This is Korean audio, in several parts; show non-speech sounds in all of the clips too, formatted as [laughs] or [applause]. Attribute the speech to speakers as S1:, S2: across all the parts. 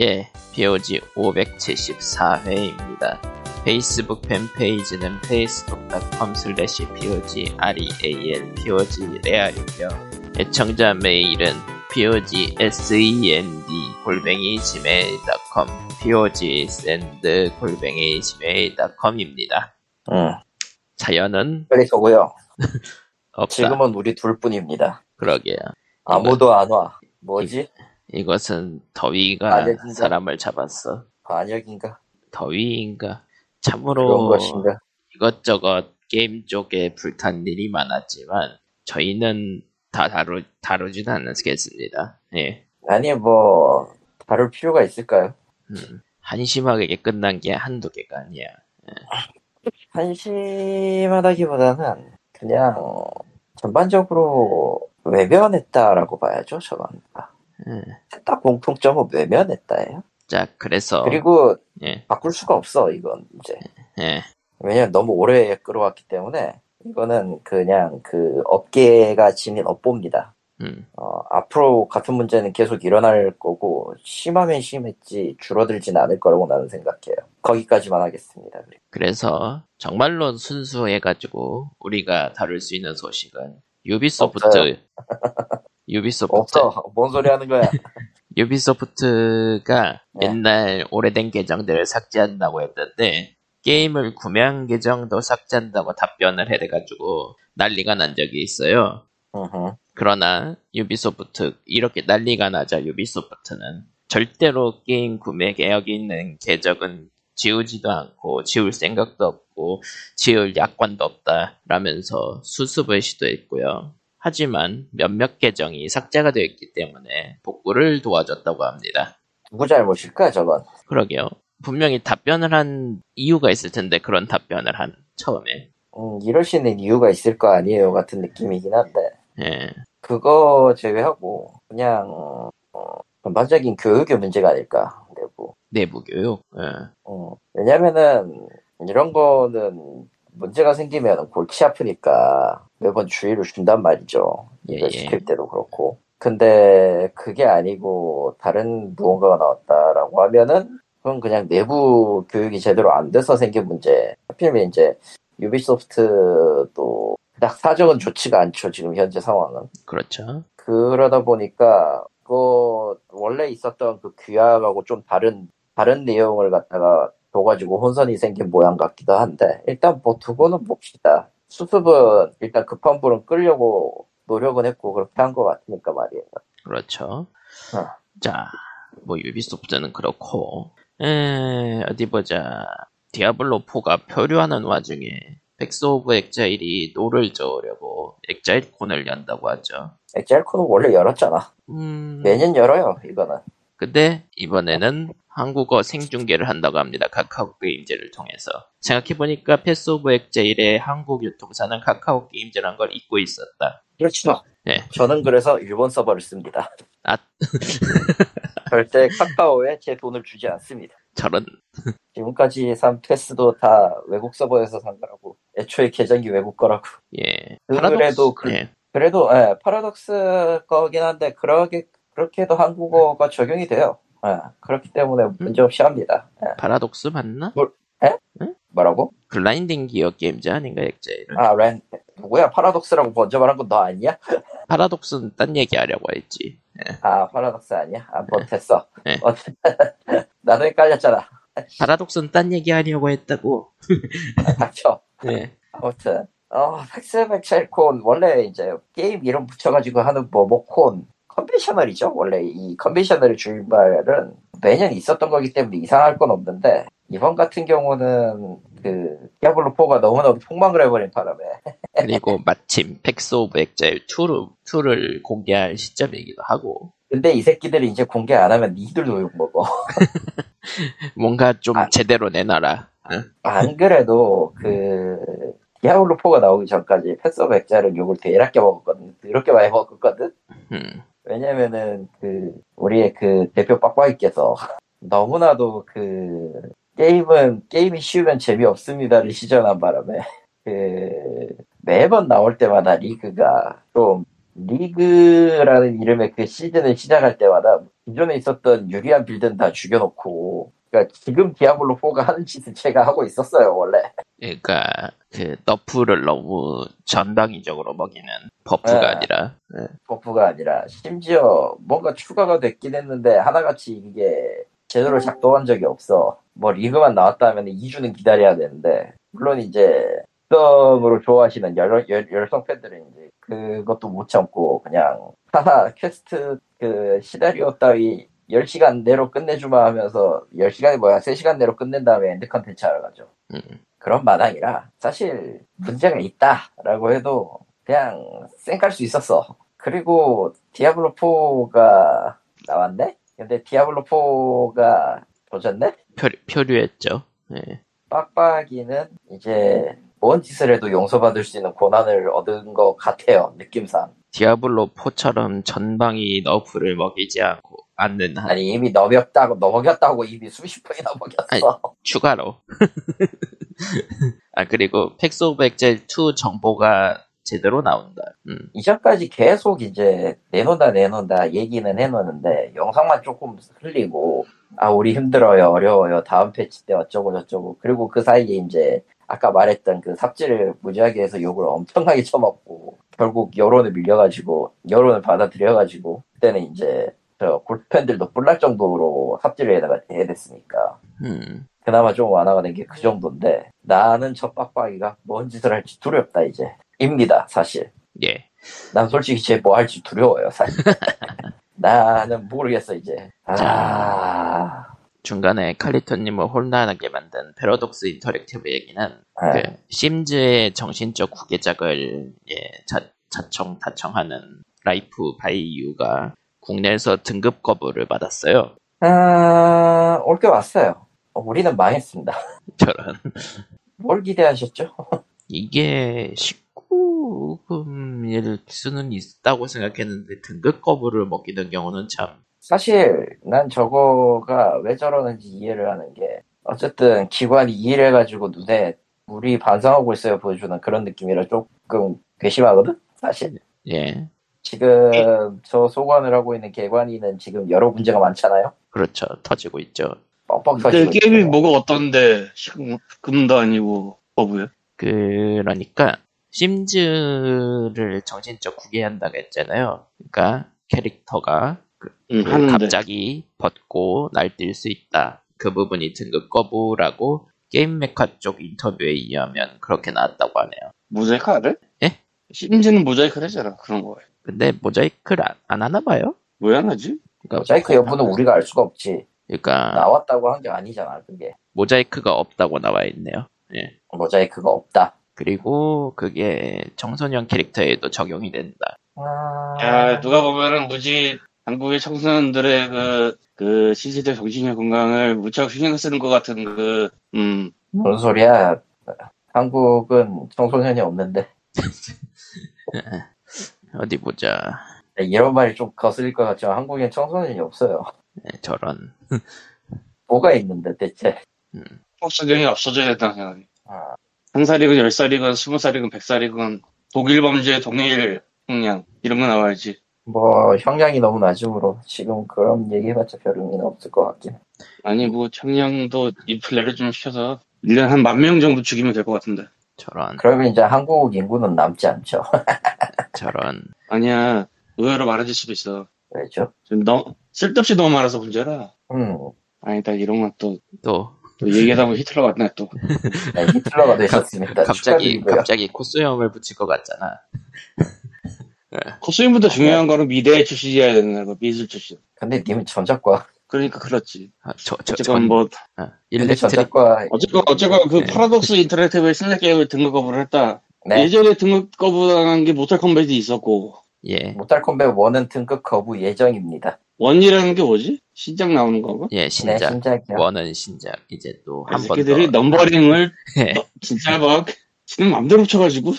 S1: 예, POG 574회입니다. 페이스북 팬페이지는 facebook.com slash POG REAL POG 레알이며 애청자 메일은 POG SEND 골뱅이 gmail.com POG SEND E 골뱅이 gmail.com입니다.
S2: 음,
S1: 자연은
S2: 그래서고요.
S1: 없다.
S2: 지금은 우리 둘뿐입니다.
S1: 그러게요.
S2: 아무도 안 와. 뭐지?
S1: 이것은 더위가
S2: 아, 네, 진짜.
S1: 사람을 잡았어.
S2: 반역인가?
S1: 더위인가?
S2: 그런
S1: 참으로
S2: 것인가?
S1: 이것저것 게임 쪽에 불탄 일이 많았지만 저희는 다 다루 다루진 않았겠습니다. 예.
S2: 아니 뭐 다룰 필요가 있을까요?
S1: 음, 한심하게 끝난 게 한두 개가 아니야.
S2: 한심하다기보다는 그냥 전반적으로 외면했다라고 봐야죠. 저건
S1: 음.
S2: 셋다 공통점은 외면했다예요.
S1: 자, 그래서
S2: 그리고
S1: 예.
S2: 바꿀 수가 없어 이건 이제
S1: 예.
S2: 왜냐면 너무 오래 끌어왔기 때문에 이거는 그냥 그 업계가 지닌 업보입니다.
S1: 음.
S2: 어, 앞으로 같은 문제는 계속 일어날 거고, 심하면 심했지, 줄어들진 않을 거라고 나는 생각해요. 거기까지만 하겠습니다. 그리고.
S1: 그래서 정말로 순수해 가지고 우리가 다룰 수 있는 소식은 유비소프트
S2: 없어요. [laughs]
S1: 유비소프트
S2: 없어. 뭔 소리 하는 거야.
S1: 유비소프트가
S2: 예.
S1: 옛날 오래된 계정들을 삭제한다고 했는데 게임을 구매한 계정도 삭제한다고 답변을 해가지고 난리가 난 적이 있어요.
S2: 으흠.
S1: 그러나 유비소프트 이렇게 난리가 나자 유비소프트는 절대로 게임 구매 개혁이 있는 계정은 지우지도 않고 지울 생각도 없고 지울 약관도 없다라면서 수습을 시도했고요. 하지만 몇몇 계정이 삭제가 되었기 때문에 복구를 도와줬다고 합니다.
S2: 누구 잘못일까, 저건?
S1: 그러게요. 분명히 답변을 한 이유가 있을 텐데 그런 답변을 한 처음에
S2: 음, 이럴 수 있는 이유가 있을 거 아니에요. 같은 느낌이긴 한데,
S1: 예,
S2: 그거 제외하고, 그냥, 어, 전반적인 교육의 문제가 아닐까. 그리고,
S1: 내부 교육. 예.
S2: 어, 왜냐면은, 이런 거는, 문제가 생기면 골치 아프니까 매번 주의를 준단 말이죠.
S1: 예,
S2: 일을
S1: 예.
S2: 시킬 때도 그렇고. 근데 그게 아니고 다른 무언가가 나왔다라고 하면은 그건 그냥 내부 교육이 제대로 안 돼서 생긴 문제. 하필이면 이제 유비소프트도 딱 사정은 좋지가 않죠. 지금 현재 상황은.
S1: 그렇죠.
S2: 그러다 보니까 그 원래 있었던 그 규약하고 좀 다른 다른 내용을 갖다가 둬가지고 혼선이 생긴 모양 같기도 한데 일단 뭐 두고는 봅시다. 수습은 일단 급한 불은 끌려고 노력은 했고 그렇게 한 것 같으니까 말이에요.
S1: 그렇죠.
S2: 어.
S1: 자, 뭐 유비소프트는 그렇고 에, 어디 보자. 디아블로 4가 표류하는 와중에 백스 오브 엑자일이 노를 저으려고 엑자일 콘을 연다고 하죠.
S2: 엑셀코는 원래 열었잖아.
S1: 음,
S2: 매년 열어요 이거는.
S1: 근데 이번에는 한국어 생중계를 한다고 합니다. 카카오 게임즈를 통해서. 생각해보니까 패스 오브 엑제일의 한국 유통사는 카카오 게임즈란 걸 잊고 있었다.
S2: 그렇죠.
S1: 네.
S2: 저는 그래서 일본 서버를 씁니다.
S1: 아.
S2: [laughs] 절대 카카오에 제 돈을 주지 않습니다.
S1: 저런,
S2: 지금까지 산 패스도 다 외국 서버에서 산 거라고. 애초에 계정이 외국 거라고.
S1: 예.
S2: 그래도
S1: 파라독스-
S2: 그-
S1: 예.
S2: 그래도 예, 파라독스 거긴 한데 그러게 그렇게 해도 한국어가 적용이 돼요. 예, 그렇기 때문에 문제 없이 합니다. 예,
S1: 파라독스 맞나?
S2: 뭐라고?
S1: 그 글라인딩 기어 게임즈 아닌가, 엑제일은.
S2: 아, 렌 누구야? 파라독스라고 먼저 말한 건 너 아니야?
S1: 파라독스는 딴 얘기 하려고 했지.
S2: 아, 파라독스 아니야? 아, 뭐 됐어.
S1: 예.
S2: 어, [laughs] 나도 헷갈렸잖아.
S1: 파라독스는 딴 얘기 하려고 했다고.
S2: 닥쳐.
S1: 예.
S2: 아무튼 어 팩스백첼콘 원래 이제 게임 이름 붙여가지고 하는 뭐뭐콘 컨벤셔널이죠 원래 이 컨벤셔널의 주인발은 매년 있었던 거기 때문에 이상할 건 없는데 이번 같은 경우는 그 디아블로 4가 너무너무 폭망을 해버린 바람에 [laughs]
S1: 그리고 마침 팩스 오브 엑제일 2를, 2를 공개할 시점이기도 하고.
S2: 근데 이 새끼들이 이제 공개 안 하면 니들도 욕먹어 [laughs]
S1: 뭔가 좀
S2: 아.
S1: 제대로 내놔라. 응?
S2: 안 그래도 그 디아블로 4가 나오기 전까지 패스백첼은 욕을 대략게 먹었거든 그렇게 많이 먹었거든
S1: 음,
S2: 왜냐면은 그 우리의 그 대표 빡빡이께서 [laughs] 너무나도 그 게임은 게임이 쉬우면 재미없습니다를 [laughs] 시전한 바람에 그 매번 나올 때마다 리그가 좀 리그라는 이름의 그 시즌을 시작할 때마다 기존에 있었던 유리한 빌드는 다 죽여놓고 그러니까 지금 디아블로 4가 하는 짓을 제가 하고 있었어요 원래
S1: 그러니까 그 너프를 너무 전방위적으로 먹이는 버프가
S2: 네.
S1: 아니라 네.
S2: 버프가 아니라 심지어 뭔가 추가가 됐긴 했는데 하나같이 이게 제대로 작동한 적이 없어 뭐 리그만 나왔다 하면 2주는 기다려야 되는데 물론 이제 열성으로 좋아하시는 열, 열, 열성 팬들은 이제 그것도 못 참고 그냥 하하 퀘스트 그 시나리오 따위 10시간 내로 끝내주마 하면서 10시간이 뭐야 3시간 내로 끝낸 다음에 엔드 컨텐츠 하러 가죠
S1: 음.
S2: 그런 마당이라 사실 문제가 있다라고 해도 그냥 쌩깔 수 있었어 그리고 디아블로4가 나왔네? 근데 디아블로4가 도졌네?
S1: 표류, 표류했죠. 네.
S2: 빡빡이는 이제 뭔 짓을 해도 용서받을 수 있는 고난을 얻은 것 같아요 느낌상
S1: 디아블로 4처럼 전방위 너프를 먹이지 않고 않는 한
S2: 아니 이미 넘겼다고 넘겼다고 이미 수십 번이나 먹였어
S1: 추가로. 아 그리고 팩스 오브 엑셀 2 정보가 제대로 나온다. 음.
S2: 이전까지 계속 이제 내놓는다 내놓는다 얘기는 해놓는데 영상만 조금 흘리고 아 우리 힘들어요 어려워요 다음 패치 때 어쩌고 저쩌고 그리고 그 사이에 이제 아까 말했던 그 삽질을 무지하게 해서 욕을 엄청나게 쳐먹고 결국 여론을 밀려가지고 여론을 받아들여가지고 그때는 이제 저 골프팬들도 뿔날 정도로 삽질을 해다가 해댔으니까
S1: 음.
S2: 그나마 좀 완화가 된 게 그 정도인데 나는 저 빡빡이가 뭔 짓을 할지 두렵다 이제 입니다 사실
S1: 예.
S2: 난 솔직히 쟤 뭐 할지 두려워요, 사실. 나는 모르겠어, 이제. 아,
S1: 중간에 칼리토님을 혼란하게 만든 패러독스 인터랙티브 얘기는
S2: 네.
S1: 그 심즈의 정신적 후계작을 예, 자, 자청 타청하는 라이프 바이유가 국내에서 등급 거부를 받았어요.
S2: 아, 올게 왔어요. 어, 우리는 망했습니다.
S1: 저런
S2: 뭘 기대하셨죠?
S1: 이게 19금일 수는 있다고 생각했는데 등급 거부를 먹이는 경우는 참
S2: 사실, 난 저거가 왜 저러는지 이해를 하는 게, 어쨌든 기관이 이해를 해가지고 눈에 물이 반성하고 있어요, 보여주는 그런 느낌이라 조금 괘씸하거든? 사실.
S1: 예
S2: 지금 저 소관을 하고 있는 개관이는 지금 여러 문제가 많잖아요?
S1: 그렇죠 터지고 있죠.
S2: 뻑뻑
S3: 근데
S1: 네,
S2: 터지고.
S3: 네, 게임이
S2: 있어요.
S3: 뭐가 어떤데 지금 금도 아니고 거부요?
S1: 그러니까 심즈를 정신적 후계한다고 했잖아요. 그러니까 캐릭터가 그
S3: 음,
S1: 그
S3: 하는데
S1: 갑자기 벗고 날뛸 수 있다. 그 부분이 등급 거부라고 게임 메카 쪽 인터뷰에 의하면 그렇게 나왔다고 하네요.
S3: 모자이크를?
S1: 예?
S3: 심지는 모자이크를 했잖아 그런 거.
S1: 근데 모자이크를 안, 안 하나 봐요?
S3: 왜 안 하지?
S1: 그러니까,
S2: 모자이크 여부는 우리가 알 수가 없지.
S1: 그러니까
S2: 나왔다고 한 게 아니잖아, 그게.
S1: 모자이크가 없다고 나와 있네요. 예.
S2: 모자이크가 없다.
S1: 그리고 그게 청소년 캐릭터에도 적용이 된다. 아,
S3: 야 아, 누가 보면은 무지 한국의 청소년들의 그, 그 신세대 정신의 건강을 무척 신경 쓰는 것 같은 그, 음,
S2: 뭔 소리야. 한국은 청소년이 없는데.
S1: 어디 보자.
S2: 이런 말이 좀 거슬릴 것 같지만 한국엔 청소년이 없어요.
S1: 예, 저런.
S2: 뭐가 있는데 대체.
S3: 폭소경이 없어져야 된다는 생각이.
S2: 아.
S3: 한 살이건 열 살이건 스무 살이건 백 살이건 독일 범죄 동일 형량 이런 거 나와야지.
S2: 뭐 형량이 너무 낮음으로 지금 그런 얘기해봤자 별 의미는 없을 것 같긴 해.
S3: 아니 뭐 청량도 인플레를 좀 시켜서 1년 한 만 명 정도 죽이면 될 것 같은데.
S1: 저런.
S2: 그러면 이제 한국 인구는 남지 않죠. 그러니까
S1: 저런.
S3: 아니야 의외로 많아질 수도 있어.
S2: 왜죠?
S3: 좀 너, 쓸데없이 너무 많아서 문제라.
S2: 음,
S3: 아니다 이런 건또
S1: 또
S3: 또 얘기하다 보면 히틀러 같네 또.
S2: 네, 히틀러가 되셨습니다.
S1: 갑자기
S2: 축하드리고요.
S1: 갑자기 코스염을 붙일 것 같잖아.
S3: 코스인보다 중요한 거는 미대의 출신이어야 되는 거 미술 출신.
S2: 근데 님은 전작과 그러니까
S3: 그러니까 그렇지.
S1: 아, 저, 저,
S3: 어쨌건
S1: 전,
S3: 뭐
S1: 아,
S2: 근데
S1: 일렉트릭
S2: 전작과
S3: 어쨌건 어쨌건 그
S1: 네.
S3: 파라독스 인터랙티브의 신작 게임을 등급 거부를 했다.
S2: 네.
S3: 예전에 등급 거부당한 게 모탈 컴뱃이 있었고
S1: 예.
S2: 모탈 콤bat 1은 등급 거부 예정입니다.
S3: 원이라는 게 뭐지? 신작 나오는 건가?
S1: 예,
S2: 네,
S1: 신작.
S2: 신작이요. 네,
S1: 원은 신작. 이제 또
S3: 이
S1: 한 번 더.
S3: 새끼들이 넘버링을
S1: 예.
S3: 너- 어? 진짜 막 지금 맘대로 쳐가지고
S1: 네.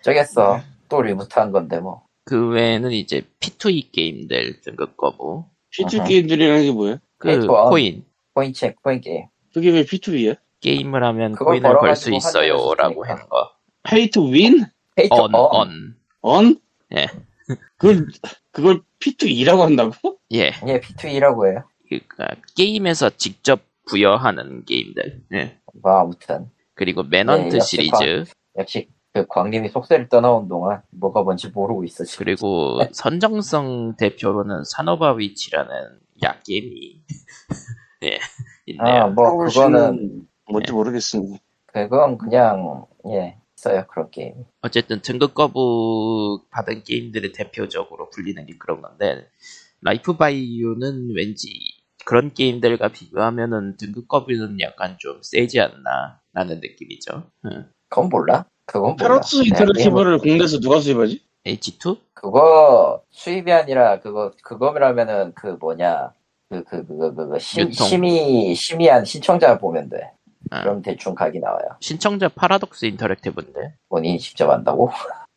S2: 어쩌겠어. 또 리부트한 건데 뭐.
S1: [laughs] 그 외에는 이제 P2E 게임들 등급 거부.
S3: P2
S2: 아하.
S3: 게임들이라는 게 뭐예요?
S1: 그
S2: 페이트원.
S1: 코인.
S2: 포인트 코인 게임.
S3: 그게 왜 P2E야?
S1: 게임을 하면
S2: 그걸
S1: 코인을 벌 수
S2: 벌어가지고 환전해서
S1: 있어요라고
S2: 주니까. 어,
S1: 하는 거.
S3: Pay to win?
S2: 페이트
S1: on,
S2: 원.
S1: on.
S3: on?
S1: 예.
S3: 그걸, 그걸 P2E라고 한다고?
S1: 예.
S2: 예, P2E라고 해요.
S1: 그러니까 게임에서 직접 부여하는 게임들. 예.
S2: 뭐 아무튼
S1: 그리고 맨헌트
S2: 네,
S1: 시리즈
S2: 역시 그 광님이 속세를 떠나온 동안 뭐가 뭔지 모르고 있어 지금.
S1: 그리고
S2: 네.
S1: 선정성 대표로는 산오바위치라는 약
S2: [laughs]
S1: 게임이 예 있네요.
S2: 아뭐 그거는
S3: 어,
S2: 네.
S3: 뭔지 모르겠습니다.
S2: 그건 그냥 예 있어요 그런 게임.
S1: 어쨌든 등급 거부 받은 게임들의 대표적으로 불리는 게 그런 건데 라이프 바이 유는 왠지 그런 게임들과 비교하면은 등급 거부는 약간 좀 세지 않나라는 느낌이죠. 응.
S2: 그건 몰라? 그건 몰라. 네,
S3: 패러스 인터랙티브를 국내에서 누가 수입하지?
S1: H2?
S2: 그거 수입이 아니라 그거 그거라면은 그 뭐냐 그 그 그거 그거 심,
S1: 유통.
S2: 심의 심의한 신청자 보면 돼.
S1: 아.
S2: 그럼 대충 각이 나와요.
S1: 신청자 파라독스 인터랙티브인데
S2: 본인이 직접 한다고?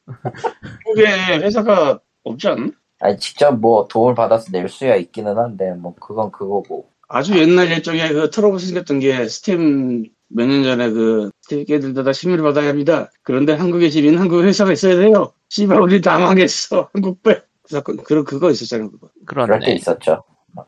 S3: 한국에 회사가 없지 않나?
S2: 아니 직접 뭐 도움을 받아서 낼 수야 있기는 한데 뭐 그건 그거고.
S3: 아주 옛날 일정에 그 트러블 생겼던 게 스팀 몇 년 전에 그 스팀 깨들다다 심의를 받아야 합니다. 그런데 한국에 지민 한국 회사가 있어야 돼요. 씨발 우리 다 망했어 한국배. 그 사건 그 그거 있었잖아요 그거.
S2: 그럴 때
S1: 그런데
S2: 있었죠.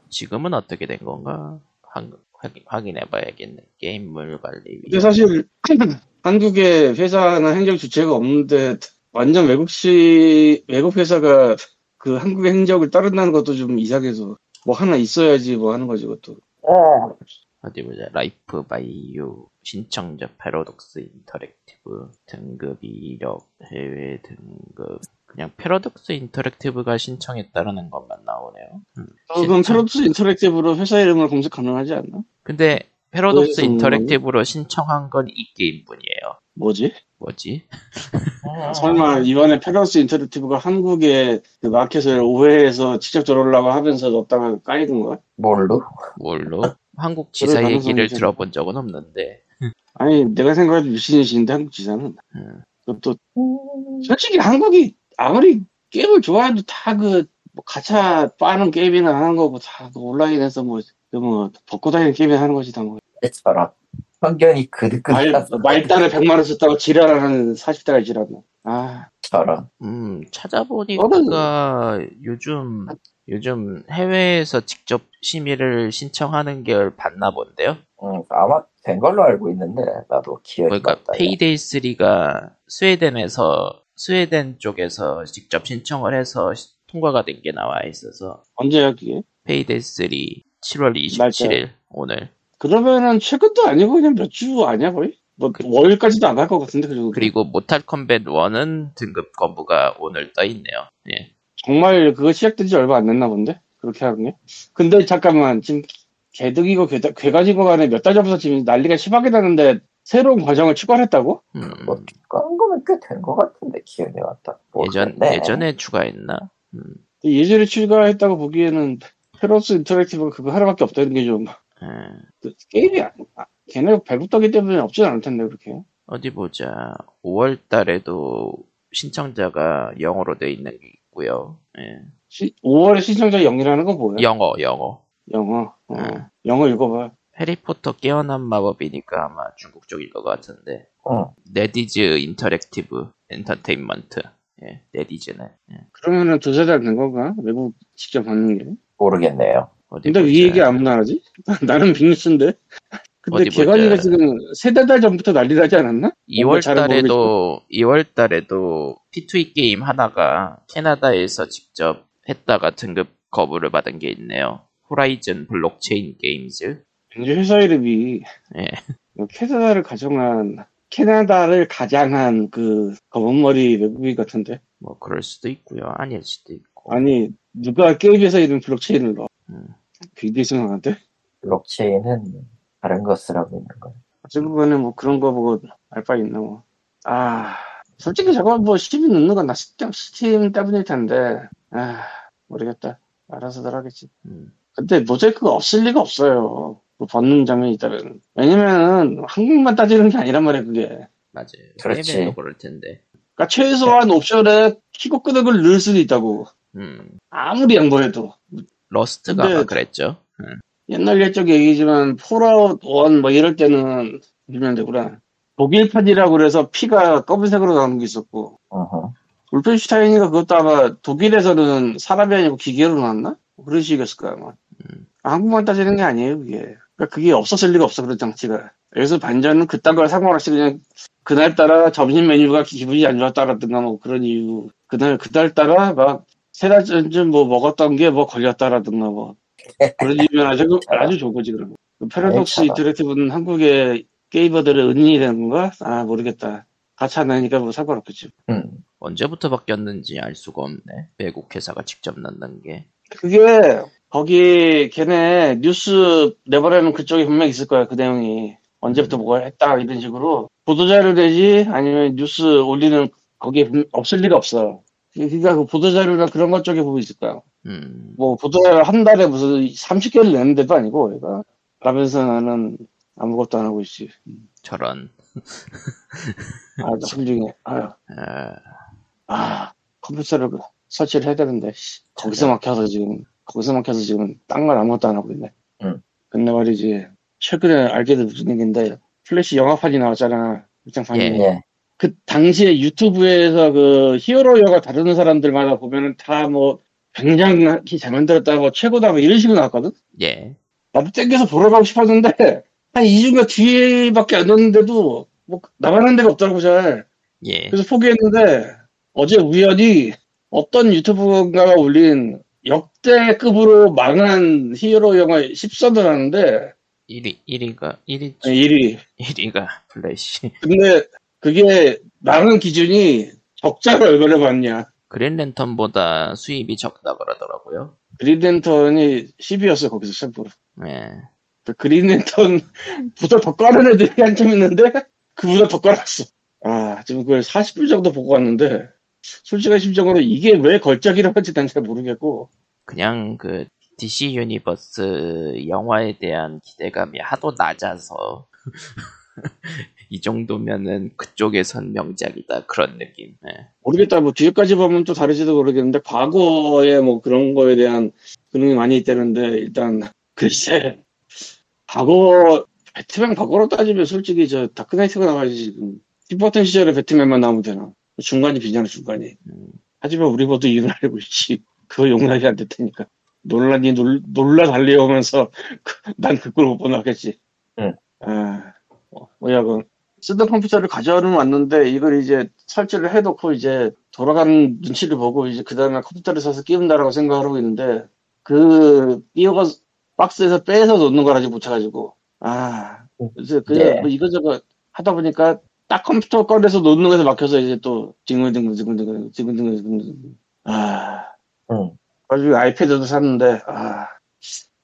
S1: 지금은 어떻게 된 건가? 한- 확인, 확인해봐야겠네. 게임물 관리
S3: 근데
S1: 위.
S3: 사실 [clears throat] 한국에 회사나 행정 주체가 없는데 완전 외국시 외국 회사가 그 한국의 행적을 따른다는 것도 좀 이상해서 뭐 하나 있어야지 뭐 하는 거지 그것도.
S1: 아.
S2: 어.
S1: 어디 보자. 라이프 바이오 신청자 패러독스 인터랙티브 등급 이력 해외 등급 그냥 패러독스 인터랙티브가 신청했다라는 것만 나오네요. 음,
S3: 어, 그럼
S1: 신청.
S3: 패러독스 인터랙티브로 회사 이름을 검색 가능하지 않나?
S1: 근데 패러독스
S3: 그래서 뭐-
S1: 인터랙티브로 신청한 건 이 게임뿐이에요.
S3: 뭐지?
S1: 뭐지?
S3: 설마 이번에 패러스 인터랙티브가 한국의 그 마켓을 오해해서 직접 들어오려고 하면서 넣었다가 까이는 거야?
S2: 뭘로?
S1: 뭘로? 한국 지사
S3: 가능성이
S1: 얘기를
S3: 좀-
S1: 들어본 적은 없는데
S3: 아니 내가 생각해도 유신이신데 한국 지사는
S1: 음.
S3: 또 솔직히 한국이 아무리 게임을 좋아해도 다 그 가차 빠는 게임이나 하는 거고 다그 온라인에서 뭐, 그뭐 벗고 다니는 게임 하는 거지 다 뭐.
S2: 저런 편견이
S3: 말,
S2: 그득그득한
S3: 말단에 100만 원 썼다고 지랄하는 40대가 지랄나. 아
S2: 저런.
S1: 음, 찾아보니까 요즘 요즘 해외에서 직접 심의를 신청하는 걸 봤나 본데요.
S2: 음, 아마 된 걸로 알고 있는데 나도 기억이
S1: 그러니까
S2: 났다.
S1: 페이데이 3가 스웨덴에서 스웨덴 쪽에서 직접 신청을 해서 시- 통과가 된 게 나와 있어서
S3: 언제야 그게?
S1: 페이데이 3 7월 27일 오늘
S3: 그러면은 최근도 아니고 그냥 몇 주 아니야 거의? 뭐
S1: 그-
S3: 월요일까지도 안 할 것 같은데 그 정도.
S1: 그리고 모탈 컴뱃 1은 등급 거부가 오늘 떠 있네요. 예.
S3: 정말 그거 시작된 지 얼마 안 됐나 본데? 그렇게 하는 게? 근데 잠깐만, 지금 개득이고 괴다- 괴가지고 간에 몇 달 전부터 지금 난리가 심하게 나는데 새로운 과정을 추가했다고?
S1: 음,
S2: 뭐, 그런 거면 꽤 된 것 같은데 기억이 났다.
S1: 예전
S2: 모르겠네.
S1: 예전에 추가했나? 음,
S3: 예전에 추가했다고 보기에는 페로스 인터랙티브가 그거 하나밖에 없다는 게 좀,
S1: 예.
S3: 그 게임이, 안- 아, 걔네 발굽더기 때문에 없진 않을 텐데, 그렇게.
S1: 어디 보자. 5월 달에도 신청자가 영어로 돼 있는 게 있고요. 예.
S3: 시, 5월에 신청자 영이라는 건 뭐야?
S1: 영어, 영어.
S3: 영어. 어.
S1: 음.
S3: 영어 읽어봐.
S1: 해리포터 깨어난 마법이니까 아마 중국 쪽일 것 같은데.
S2: 응.
S1: 네디즈 인터랙티브 엔터테인먼트. 예, 네디즈네. 예.
S3: 그러면은 두세 달 된 건가? 외국 직접 받는
S1: 네,
S3: 게.
S2: 모르겠네요.
S1: 어디
S3: 근데 왜
S1: 보자.
S3: 얘기 안 나지? [laughs] 나는 빅뉴스인데. 근데
S1: 어디 보자.
S3: 개관이가 지금 세달 달 전부터 난리 나지 않았나?
S1: 2월
S3: 잘은
S1: 달에도 2월 달에도 P2E 게임 하나가 캐나다에서 직접 했다가 등급 거부를 받은 게 있네요. 호라이즌 블록체인 게임즈.
S3: 굉장히 회사 이름이
S1: 음. 예.
S3: 캐나다를 가정한 캐나다를 가장한 그 검은 머리 외국인 같은데
S1: 뭐 그럴 수도 있고요. 아닐 수도 있고.
S3: 어. 아니 누가 게임 회사 이름 블록체인을 넣어?
S1: 음.
S3: 굉장히 이상한데?
S2: 블록체인은 다른 것을 하고 있는 거예요.
S3: 지금번에 뭐 그런 거 보고 알 바 있나 뭐. 아 솔직히 저거 뭐 시민 넣는 건나 스팀, 스팀 때문일 텐데 아 모르겠다. 알아서들 하겠지.
S1: 음.
S3: 근데 모자이크가 없을 리가 없어요. 그 벗는 장면이 있다면. 왜냐면은 한국만 따지는 게 아니란 말이야 그게.
S1: 맞아요.
S2: 그렇지.
S1: 해외도 그럴 텐데.
S3: 그러니까 최소한 옵션에 키고 끄덕을 넣을 수도 있다고.
S1: 음.
S3: 아무리 양보해도.
S1: 러스트가
S3: 근데-
S1: 아마 그랬죠. 음.
S3: 옛날 옛적 얘기지만 폴아웃 원 뭐 이럴 때는 유명되구나. 독일판이라고 그래서 피가 검은색으로 나오는 게 있었고
S2: 어허.
S3: 울펜슈타인이가 그것도 아마 독일에서는 사람이 아니고 기계로 나왔나? 그런 식이었을 거야, 아마. 한국만 따지는 게 아니에요, 그게. 그러니까 그게 없었을 리가 없어, 그런 장치가. 여기서 반전은 그딴 걸 상관없이 그냥 그날따라 점심 메뉴가 기- 기분이 안 좋았다라든가 뭐 그런 이유. 그날, 그날따라 막 세 달 전쯤 뭐 먹었던 게 뭐 걸렸다라든가 뭐. 그런 이유면 아주, 아주 좋고, 지금. 그 패러독스
S2: 알차다.
S3: 인터랙티브는 한국의 게이머들의 은인이 되는 건가? 아, 모르겠다. 같이 안 하니까 뭐 상관없겠지.
S2: 음.
S1: 언제부터 바뀌었는지 알 수가 없네. 외국 회사가 직접 넣는 게.
S3: 그게 거기 걔네 뉴스 내버려면 그쪽에 분명 있을 거야 그 내용이 언제부터 뭐가 했다 이런 식으로 보도자료 내지 아니면 뉴스 올리는 거기에 분- 없을 리가 없어 그러니까 그 보도자료나 그런 것 쪽에 보고 있을 거야
S1: 음,
S3: 뭐 보도자료 한 달에 무슨 30개를 내는 데도 아니고 얘가 라면서 나는 아무것도 안 하고 있지
S1: 저런.
S3: 아 훌륭해 아,
S1: 아,
S3: 아 컴퓨터를 설치를 해야 되는데 씨, 거기서 막혀서 지금 거기서 막혀서 지금 딴 건 아무것도 안 하고 있네.
S2: 응.
S3: 근데 말이지 최근에 알게 된 무슨 얘기인데 플래시 영화판이 나왔잖아 입장판이.
S1: 예.
S2: 예.
S3: 그 당시에 유튜브에서 그 히어로 영화 다루는 사람들마다 보면은 다 뭐 굉장히 잘 만들었다 뭐 최고다 뭐 이런 식으로 나왔거든.
S1: 예.
S3: 나도 땡겨서 보러 가고 싶었는데 한 2주가 뒤에밖에 안 됐는데도 뭐 나가는 데가 없더라고 잘.
S1: 예.
S3: 그래서 포기했는데 어제 우연히 어떤 유튜브가가 올린 역대급으로 망한 히어로 영화 10선을 하는데
S1: 1위, 1위가, 1위,
S3: 1위
S1: 1위가 플래시. [laughs]
S3: 근데 그게 망한 기준이 적자를 얼마나 봤냐
S1: 그린랜턴보다 수입이 적다 그러더라고요.
S3: 그린랜턴이 10위였어 거기서 샘플 그
S1: 예.
S3: 그린랜턴보다 [laughs] 더 까는 애들이 한참 있는데 그보다 더 깔았어 아 지금 그걸 40분 정도 보고 왔는데 솔직한 심정으로 이게 왜 걸작이라고 하는지 난 잘 모르겠고
S1: 그냥 그 DC 유니버스 영화에 대한 기대감이 하도 낮아서 [laughs] 이 정도면은 그쪽에선 명작이다 그런 느낌. 예.
S3: 모르겠다. 뭐 뒤에까지 보면 또 다르지도 모르겠는데 과거에 뭐 그런 거에 대한 그런 게 많이 있다는데 일단 [laughs] 글쎄 과거 배트맨 과거로 따지면 솔직히 저 다크나이트가 나와야지 지금 팀버튼 시절에 배트맨만 나오면 되나 중간이 비잖아 중간이
S1: 음.
S3: 하지만 우리 모두 이유를 알고 있지 그거 용납이 안 됐다니까 논란이 놀, 놀라 달려오면서 [laughs] 난 그걸 못 보나겠지
S2: 응.
S3: 아 뭐, 뭐야 그 쓰던 컴퓨터를 가져는 왔는데 이걸 이제 설치를 해놓고 이제 돌아가는 눈치를 보고 이제 그 다음에 컴퓨터를 사서 끼운다라고 생각하고 있는데 그 끼워가 박스에서 빼서 놓는 걸 아직 못 찾아가지고 아 그래서 그냥
S2: 네.
S3: 뭐 이거저거 하다 보니까 딱 컴퓨터 꺼내서 놓는 거에서 막혀서 이제 또 징글징글 징글징글 징글징글 징글징글 아
S2: 음.
S3: 나중에 아이패드도 샀는데 아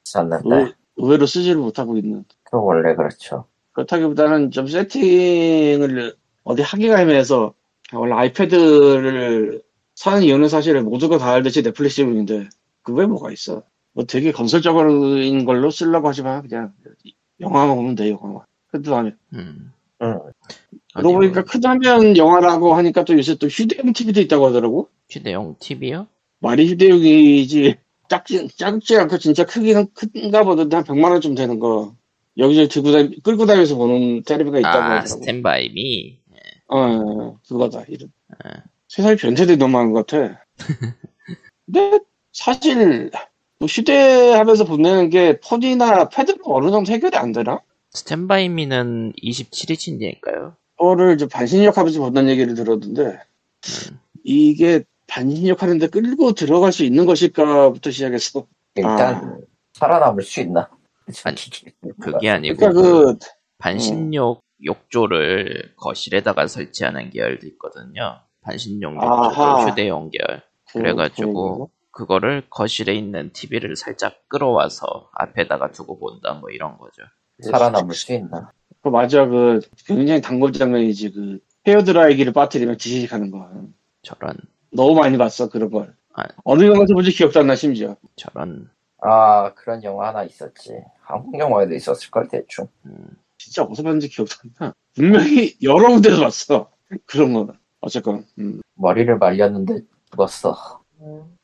S2: 샀는데
S3: 의- 의외로 쓰지를 못하고 있는
S2: 그 원래 그렇죠.
S3: 그렇다기보다는 좀 세팅을 어디 하기가 애매해서 원래 아이패드를 사는 이유는 사실 모두가 다 알듯이 넷플릭스용인데 그게 뭐가 있어? 뭐 되게 건설적인 걸로 쓰려고 하지만 그냥 영화만 보면 돼 영화만. 그래도 아니.
S1: 음.
S2: 음.
S1: 어디
S3: 그러고
S1: 뭐
S3: 보니까 크다면 영화라고 하니까 또 요새 또 휴대용 TV도 있다고 하더라고.
S1: 휴대용 TV요?
S3: 말이 휴대용이지 작지 작지 않고 진짜 크기는 큰가 보던데 한 100만 원쯤 되는 거. 여기저기 들고 다니, 끌고 다니면서 보는 테레비가 있다고
S1: 아
S3: 하더라고.
S1: 스탠바이미.
S3: 어, 그거다, 이름.
S1: 예.
S3: 세상에 변태들이 너무 많은
S1: [laughs]
S3: 것 같아. 근데, 사실, 뭐 휴대하면서 보내는 게 폰이나 패드로 어느 정도 해결이 안 되나?
S1: 스탠바이미는 27인치니까요.
S3: 그거를 이제 반신욕하면서 본다는 얘기를 들었는데,
S1: 음.
S3: 이게 반신욕하는데 끌고 들어갈 수 있는 것일까부터 시작했어.
S2: 일단 살아남을 수 있나? [laughs]
S1: 아니, 예, 그게 아니고
S3: 그러니까 그,
S1: 반신욕 욕조를 거실에다가 설치하는 계열도 있거든요. 반신욕
S3: 아하.
S1: 욕조, 휴대용 계열.
S3: 그-
S1: 그래가지고 그거를 거실에 있는 TV를 살짝 끌어와서 앞에다가 두고 본다 뭐 이런 거죠.
S3: 네.
S2: 살아남을 수 있나?
S3: 그 맞아, 그, 굉장히 단골 장면이지, 그, 헤어드라이기를 빠뜨리면 지지직하는 거.
S1: 저런
S3: 너무 많이 봤어 그런 걸
S1: 아.
S3: 어느 영화에서 본지 기억도 안 나 심지어
S1: 저런
S2: 아 그런 영화 하나 있었지. 한국 영화에도 있었을 걸 대충.
S1: 음,
S3: 진짜 어디서 봤는지 기억도 안나 분명히 여러 군데서 봤어 그런 거는 어쨌건 음.
S2: 머리를 말렸는데 죽었어.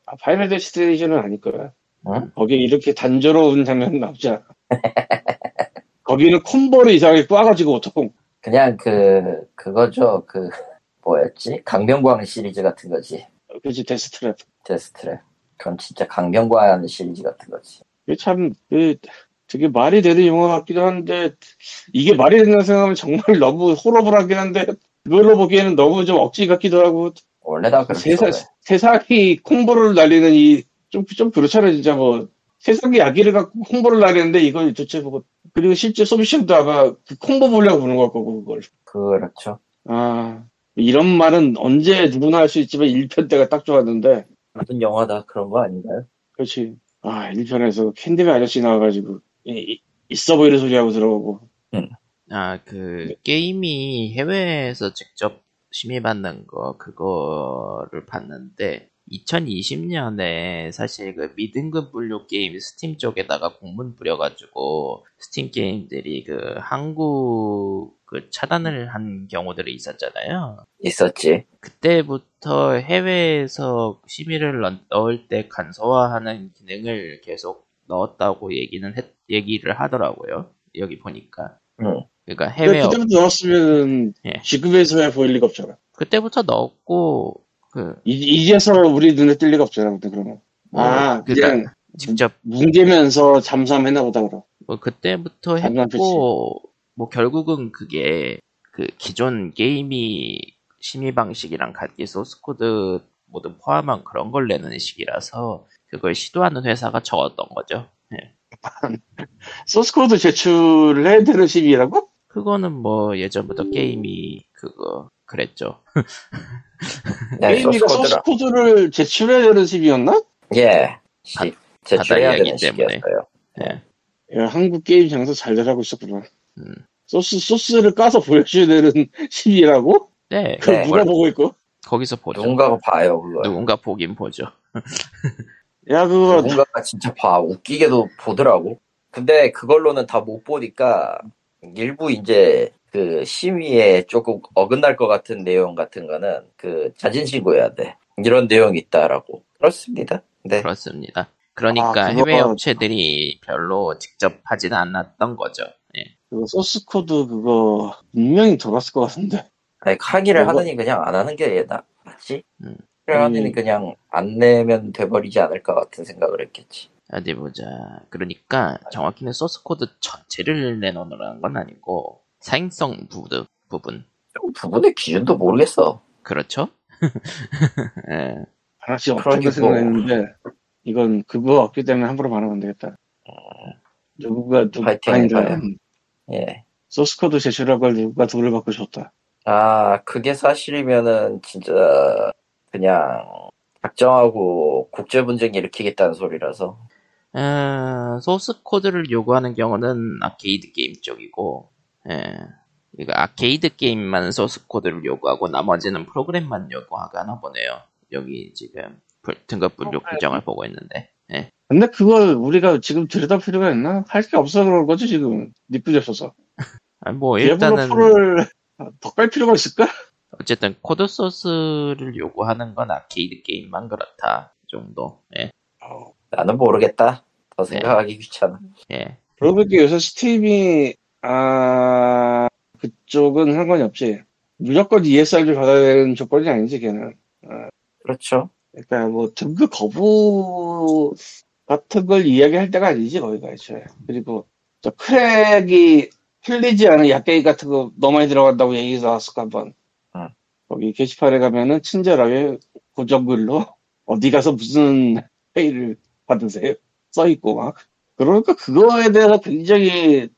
S3: 아, 파이널 데스티네이션은 아닐 거야
S2: 응?
S3: 거기에 이렇게 단조로운 장면 나오지 않아 [laughs] 거기는 콤보를 이상하게 꽈가지고 보통
S2: 그냥 그 그거죠. 그 뭐였지? 강병광 시리즈 같은 거지.
S3: 그지 데스트랩.
S2: 데스트랩. 그건 진짜 강병광 시리즈 같은 거지.
S3: 이게 참, 그, 되게 말이 되는 영화 같기도 한데, 이게 말이 된다고 생각하면 정말 너무 호러블하긴 한데, 그걸로 보기에는 너무 좀 억지 같기도 하고,
S2: 원래 다 그렇죠.
S3: 세상, 세상이 콩보를 날리는 이, 좀, 좀 그렇잖아요, 진짜 뭐. 세상에 야기를 갖고 콩보를 날리는데, 이걸 도대체 보고, 그리고 실제 소비시험도 아마 그 콩보 보려고 보는 것 같고, 그걸.
S2: 그렇죠.
S3: 아, 이런 말은 언제 누구나 할 수 있지만, 1편 때가 딱 좋았는데,
S2: 무슨 영화다 그런 거 아닌가요?
S3: 그렇지. 아, 1편에서 캔디맨 아저씨 나와가지고, 이- 이- 있어 보이는 소리하고 들어오고,
S1: 아 그 게임이 해외에서 직접 심의받는 거 그거를 봤는데 2020년에 사실 그 미등급 분류 게임 스팀 쪽에다가 공문 뿌려가지고 스팀 게임들이 그 한국 그 차단을 한 경우들이 있었잖아요.
S2: 있었지.
S1: 그때부터 해외에서 심의를 넣- 넣을 때 간소화하는 기능을 계속 넣었다고 얘기는 했- 얘기를 하더라고요. 여기 보니까.
S2: 응.
S1: 그러니까
S3: 네. 근데
S1: 해외 업-
S3: 그때부터 넣었으면
S1: 예.
S3: 지금에서야 보일 리가 없잖아.
S1: 그때부터 넣었고 그
S3: 이, 제서 우리 눈에 띌 리가 없잖아, 근데 그러면.
S1: 뭐,
S3: 아,
S1: 그니까
S3: 그냥
S1: 직접
S3: 뭉개면서 잠수함했나 보다, 그럼.
S1: 뭐 그때부터
S3: 장난
S1: 했고 뭐 결국은 그게 그 기존 게임이 심의 방식이랑 같이 소스 코드 모두 포함한 그런 걸 내는 식이라서 그걸 시도하는 회사가 적었던 거죠. 예.
S3: 소스코드 제출을 해야 되는 시기라고?
S1: 그거는 뭐 예전부터 게임이 그거 그랬죠.
S2: 네,
S3: 게임이가
S2: 소스코드라.
S3: 소스코드를 제출해야 되는 시기였나?
S2: 예. 시-
S1: 아, 바-
S2: 제출해야
S1: 바다
S2: 되는
S1: 이야기 때문에.
S2: 시기였어요.
S1: 예.
S3: 야, 한국 게임 장사 잘 잘하고 있었구나.
S1: 음.
S3: 소스, 소스를 까서 보여줘야 되는 [laughs] 시기라고?
S1: 네,
S3: 그걸
S2: 네.
S3: 누가
S1: 뭘
S3: 보고 있고?
S1: 거기서 보죠. 누군가,
S2: 누군가가 봐요, 그걸.
S1: 보긴 보죠.
S3: 야, 그거,
S2: 누군가가 진짜 봐 웃기게도 보더라고. 근데 그걸로는 다 못 보니까 일부 이제 그 심의에 조금 어긋날 것 같은 내용 같은 거는 그 자진 신고해야 돼. 이런 내용이 있다라고. 그렇습니다. 네.
S1: 그렇습니다. 그러니까
S3: 아, 그거- 아.
S1: 해외 업체들이 별로 직접 하진 않았던 거죠. 예.
S3: 그거 소스코드 그거 분명히 돌았을 것 같은데.
S2: 아니 항의를
S3: 그거-
S2: 하더니 그냥 안 하는 게 나- 낫지.
S1: 음.
S2: 그래 하더니
S3: 음.
S2: 그냥 안 내면 돼버리지 않을까 같은 생각을 했겠지.
S1: 어디 보자. 그러니까 정확히는 소스 코드 전체를 내놓으라는 건 아니고 사행성 부분 부분
S2: 좀 부분의 기준도 모르겠어. 그렇죠?
S1: [laughs] 예.
S3: 하나씩
S2: 그러니까.
S3: 엄청나게 생각했는데 이건 그거 없기 때문에 함부로 말하면 안 되겠다. 누군가 누
S2: 파이팅
S3: 아니다. 음,
S2: 해봐요. 예.
S3: 소스코드 제출할 걸 누가 돈을 받고 줬다.
S2: 아, 그게 사실이면은 진짜 그냥 작정하고 국제 분쟁 일으키겠다는 소리라서.
S1: 어, 소스 코드를 요구하는 경우는 아케이드 게임 쪽이고, 예. 그러니까 아케이드 게임만 소스 코드를 요구하고 나머지는 프로그램만 요구하나 보네요. 여기 지금 불- 등급 분류 규정을 보고 있는데, 예.
S3: 근데 그걸 우리가 지금 들여다 볼 필요가 있나? 할 게 없어 그런 거지 지금 니쁘지 없어서.
S1: 아, 뭐
S3: 일단은
S1: 일단은
S3: 프를 [laughs] 덕갈 필요가 있을까?
S1: 어쨌든 코드 소스를 요구하는 건 아케이드 게임만 그렇다 정도, 예.
S2: 나는 모르겠다. 더 생각하기 귀찮아.
S1: 예.
S3: 그러고 보니까 요새 스팀이 아 그쪽은 상관이 없지. 무조건 ESR를 받아야 되는 조건이 아니지 걔는.
S2: 그렇죠.
S3: 그러니까 뭐 등급 거부 같은 걸 이야기할 때가 아니지 거기가 애초에 그리고 저 크랙이 풀리지 않은 약게임 같은 거 너무 많이 들어간다고 얘기 나왔을 거 한번
S2: 응.
S3: 거기 게시판에 가면은 친절하게 고정글로 [laughs] 어디 가서 무슨 [laughs] 회의를 받으세요 써있고 막 그러니까 그거에 대해서 굉장히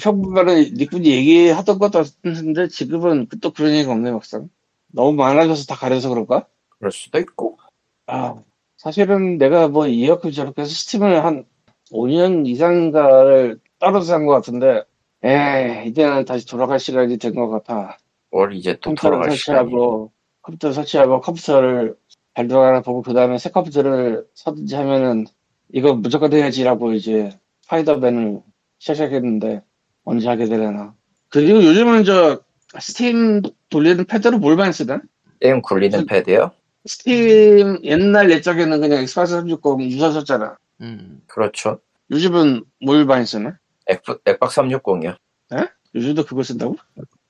S3: 평분간에 니꾼이 얘기하던 것도 같은데 지금은 또 그런 얘기가 없네 막상 너무 많아져서 다 가려서 그런가?
S2: 그럴 수도 있고.
S3: 아, 사실은 내가 뭐 이어폰 저렇게 해서 스팀을 한 5년 이상가를 따로 산것 같은데, 에 이제는 다시 돌아갈 시간이 된 것 같아.
S2: 월 이제 또
S3: 컴퓨터를
S2: 돌아갈 시간이.
S3: 설치하고, 컴퓨터 설치하고, 컴퓨터를 잘 돌아가나 보고, 그 다음에 새 컴퓨터를 사든지 하면은, 이거 무조건 해야지라고 이제, 파이더맨을 시작했는데, 언제 하게 되려나. 그리고 요즘은 저, 스팀 돌리는 패드로 뭘 많이 쓰나?
S2: 게임 굴리는 패드요?
S3: 스팀 옛날 옛적에는 그냥 엑스박스 360 유사 썼잖아.
S1: 음.
S2: 그렇죠.
S3: 요즘은 뭘 많이 쓰나?
S2: 액박, 액박 360이요.
S3: 요즘도 그걸 쓴다고?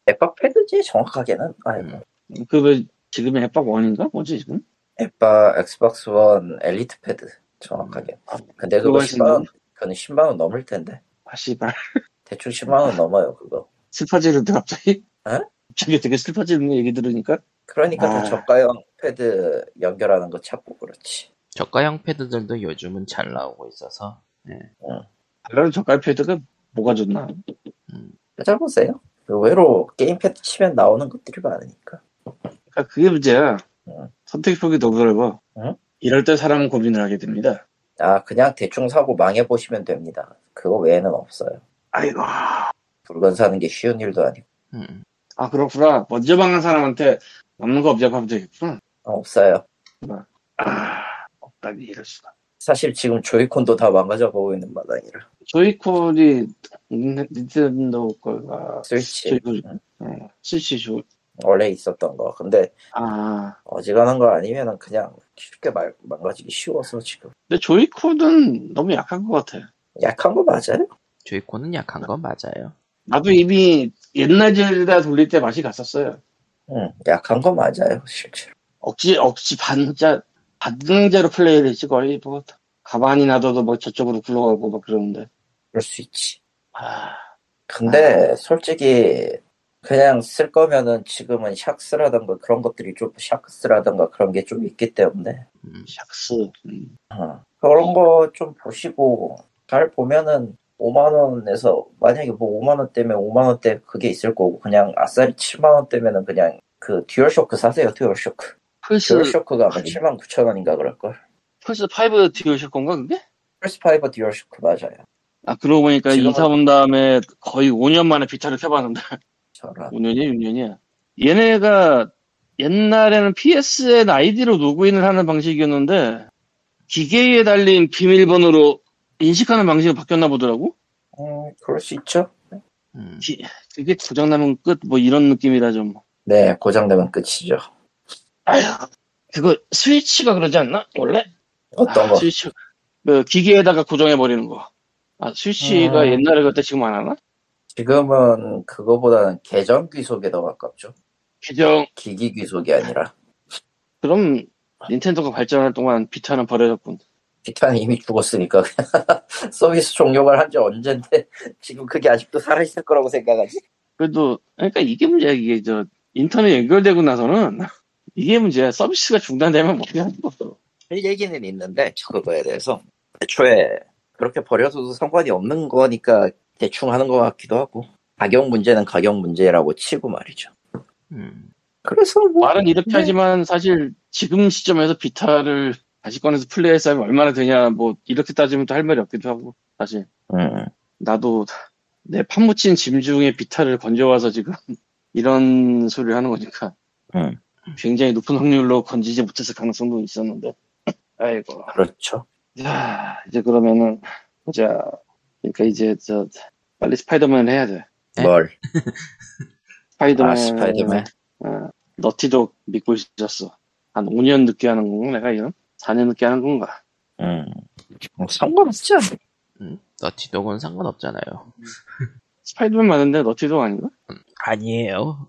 S2: 액박 패드지 정확하게는 아이고.
S3: 그 지금 앱박 원인가 뭐지 지금?
S2: 앱바 엑스박스 원 엘리트 패드 정확하게. 근데 음. 그거
S3: 그거
S2: 10만 원, 그거는 10만 원 넘을 텐데.
S3: 아 씨발
S2: 대충 10만 원 넘어요 그거.
S3: 슬퍼지는데 갑자기?
S2: 에?
S3: 갑자기 되게 슬퍼지는 얘기 들으니까
S2: 그러니까 다
S3: 아.
S2: 저가형 패드 연결하는 거 찾고 그렇지.
S1: 저가형 패드들도 요즘은 잘 나오고 있어서
S3: 그런 저가 패드가 뭐가 좋나?
S2: 찾아보세요. 그 의외로 게임 패드 치면 나오는 것들이 많으니까.
S3: 그러니까 그게 문제야.
S2: 응.
S3: 선택 폭이 너무 넓어.
S2: 응?
S3: 이럴 때 사람은 고민을 하게 됩니다.
S2: 아 그냥 대충 사고 망해보시면 됩니다. 그거 외에는 없어요.
S3: 아이고. 아
S2: 물건 사는 게 쉬운 일도 아니고
S1: 음.
S3: 그렇구나. 먼저 방한 사람한테 남는 거 없냐고 하면 되겠구나.
S2: 어, 없어요.
S3: 아 없다니 이럴 수가.
S2: 사실 지금 조이콘도 다 망가져 보고 있는 마당이라.
S3: 조이콘이 닌- 닌텐도 거가
S2: 스위치.
S3: 조이콘. 응. 스위치 조.
S2: 원래 있었던 거. 근데
S3: 아
S2: 어지간한 거 아니면은 그냥 쉽게 말, 망가지기 쉬워서 지금
S3: 근데 조이콘은 너무 약한 것 같아.
S2: 약한 거 맞아요?
S1: 조이콘은 약한 건 맞아요.
S3: 나도 이미 옛날 젤다 돌릴 때 맛이 갔었어요.
S2: 응, 약한 거 맞아요, 실제로.
S3: 억지 억지 반자 반응제로 플레이를 했지 거의 뭐 가만히 놔둬도 뭐 저쪽으로 굴러가고 막 그러는데
S2: 그럴 수 있지.
S3: 아
S2: 근데 솔직히 그냥 쓸 거면은 지금은 샥스라던가 그런 것들이 좀 샥스라던가 그런 게 좀 있기 때문에
S1: 음.
S3: 샥스 음.
S2: 어, 그런 거 좀 보시고 잘 보면은 5만 원에서 만약에 뭐 5만 원대면 5만 원대 그게 있을 거고 그냥 아싸리 7만 원대면은 그냥 그 듀얼쇼크 사세요 듀얼쇼크
S3: 플스
S2: 듀얼쇼크가 아마 7만 9천 원인가 그럴걸
S3: 플스 5 듀오쇼 건가 그게?
S2: 플스5 듀얼쇼크 맞아요
S3: 아 그러고 보니까
S2: 지금은-
S3: 이사 온 다음에 거의 5년 만에 비타를 켜봤는데
S2: 저런
S3: 5년이야 6년이야 얘네가 옛날에는 PSN 아이디로 로그인을 하는 방식이었는데 기계에 달린 비밀번호로 인식하는 방식으로 바뀌었나 보더라고
S2: 음 그럴 수 있죠
S1: 음.
S3: 기, 그게 고장나면 끝 뭐 이런 느낌이라 좀
S2: 네 고장되면 끝이죠
S3: 아휴, 그거 스위치가 그러지 않나? 원래?
S2: 어떤
S3: 아,
S2: 거
S3: 스위치, 그 기계에다가 고정해버리는 거. 아, 스위치가
S2: 음.
S3: 옛날에 그때 지금 안 하나?
S2: 지금은 그거보다는 계정 귀속에 더 가깝죠
S3: 계정.
S2: 기기 귀속이 아니라
S3: 그럼 닌텐도가 발전할 동안 비타는 버려졌군.
S2: 비타는 이미 죽었으니까 그냥 [laughs] 서비스 종료가 한 지 언젠데 [laughs] 지금 그게 아직도 살아있을 거라고 생각하지
S3: 그래도, 그러니까 이게 문제야, 이게 저, 인터넷 연결되고 나서는 [laughs] 이게 문제야. 서비스가 중단되면 뭐 못하는 거죠.
S2: 할 얘기는 있는데 저 그거에 대해서 애초에 그렇게 버려서도 상관이 없는 거니까 대충 하는 것 같기도 하고 가격 문제는 가격 문제라고 치고 말이죠.
S1: 음.
S2: 그래서 뭐
S3: 말은 이렇게
S2: 네.
S3: 하지만 사실 지금 시점에서 비타를 다시 꺼내서 플레이할 사람이 얼마나 되냐, 뭐, 이렇게 따지면 또 할 말이 없기도 하고, 사실.
S2: 음,
S3: 나도 내 판묻힌 짐 중에 비타를 건져와서 지금 [laughs] 이런 소리를 하는 거니까
S2: 음.
S3: 굉장히 높은 확률로 건지지 못했을 가능성도 있었는데 [laughs] 아이고
S2: 그렇죠.
S3: 자 이제 그러면은 보자 그러니까 이제 저 빨리 스파이더맨을 해야 돼
S1: 네.
S2: 뭘?
S3: 스파이더맨,
S2: 아 스파이더맨.
S3: 어, 너티독 믿고 있었어 한 5년 늦게 하는 건가 내가 이런 4년 늦게 하는 건가
S2: 음. 뭐 상관없지 않아?
S1: 음. 너티독은 상관없잖아요.
S3: 스파이더맨 맞는데 너티독 아닌가?
S1: 아니에요.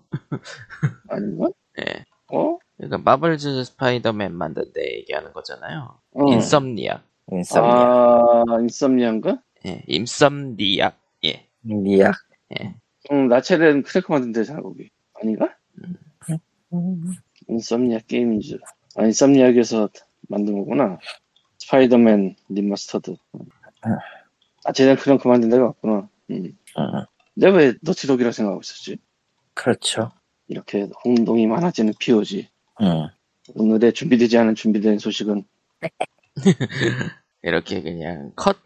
S3: 아닌가?
S1: 예.
S3: 어?
S1: 그러니까 마블즈 스파이더맨 만들 때 얘기하는 거잖아요.
S3: 어.
S1: 인썸니아.
S2: 인썸니아.
S3: 아 인썸니아인가?
S1: 예. 인썸니아. 예.
S2: 니아.
S1: 예.
S3: 응, 나체렌 크래커 만든 데잖아, 거기. 아닌가?
S2: 음.
S3: 인썸니아 게임즈. 아, 인썸니아에서 만든 거구나. 스파이더맨 리마스터드. 나체렌 크래커 만든 데가 맞구나. 응.
S2: 음,
S3: 내가 왜 너치독이라 생각하고 있었지?
S2: 그렇죠.
S3: 이렇게 혼동이 많아지는 POG.
S2: 음.
S3: 오늘의 준비되지 않은 준비된 소식은
S1: 이렇게 그냥 컷.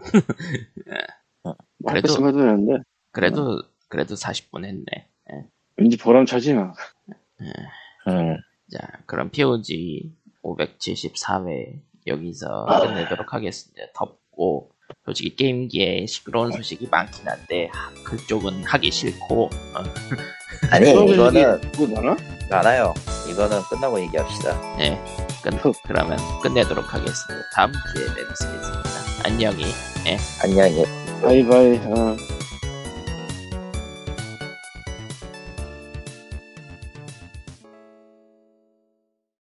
S3: 뭐
S1: 그래도-
S3: 할것으면 해도 되는데
S1: 그래도 그래도 40분 했네.
S3: 왠지 보람 차지 마.
S2: 음.
S1: 자, 그럼 POG 574회 여기서 끝내도록 하겠습니다. 덥고 솔직히 게임기에 시끄러운 소식이 많긴 한데 하, 그쪽은 하기 싫고 어,
S2: 아니 이거는
S3: 그거 많아?
S2: 많아요. 이거는 끝나고 얘기합시다.
S1: 네, 끝, 그러면 끝내도록 하겠습니다. 다음 기회에 뵙겠습니다. 안녕히
S2: 안녕히.
S3: 바이바이. 어.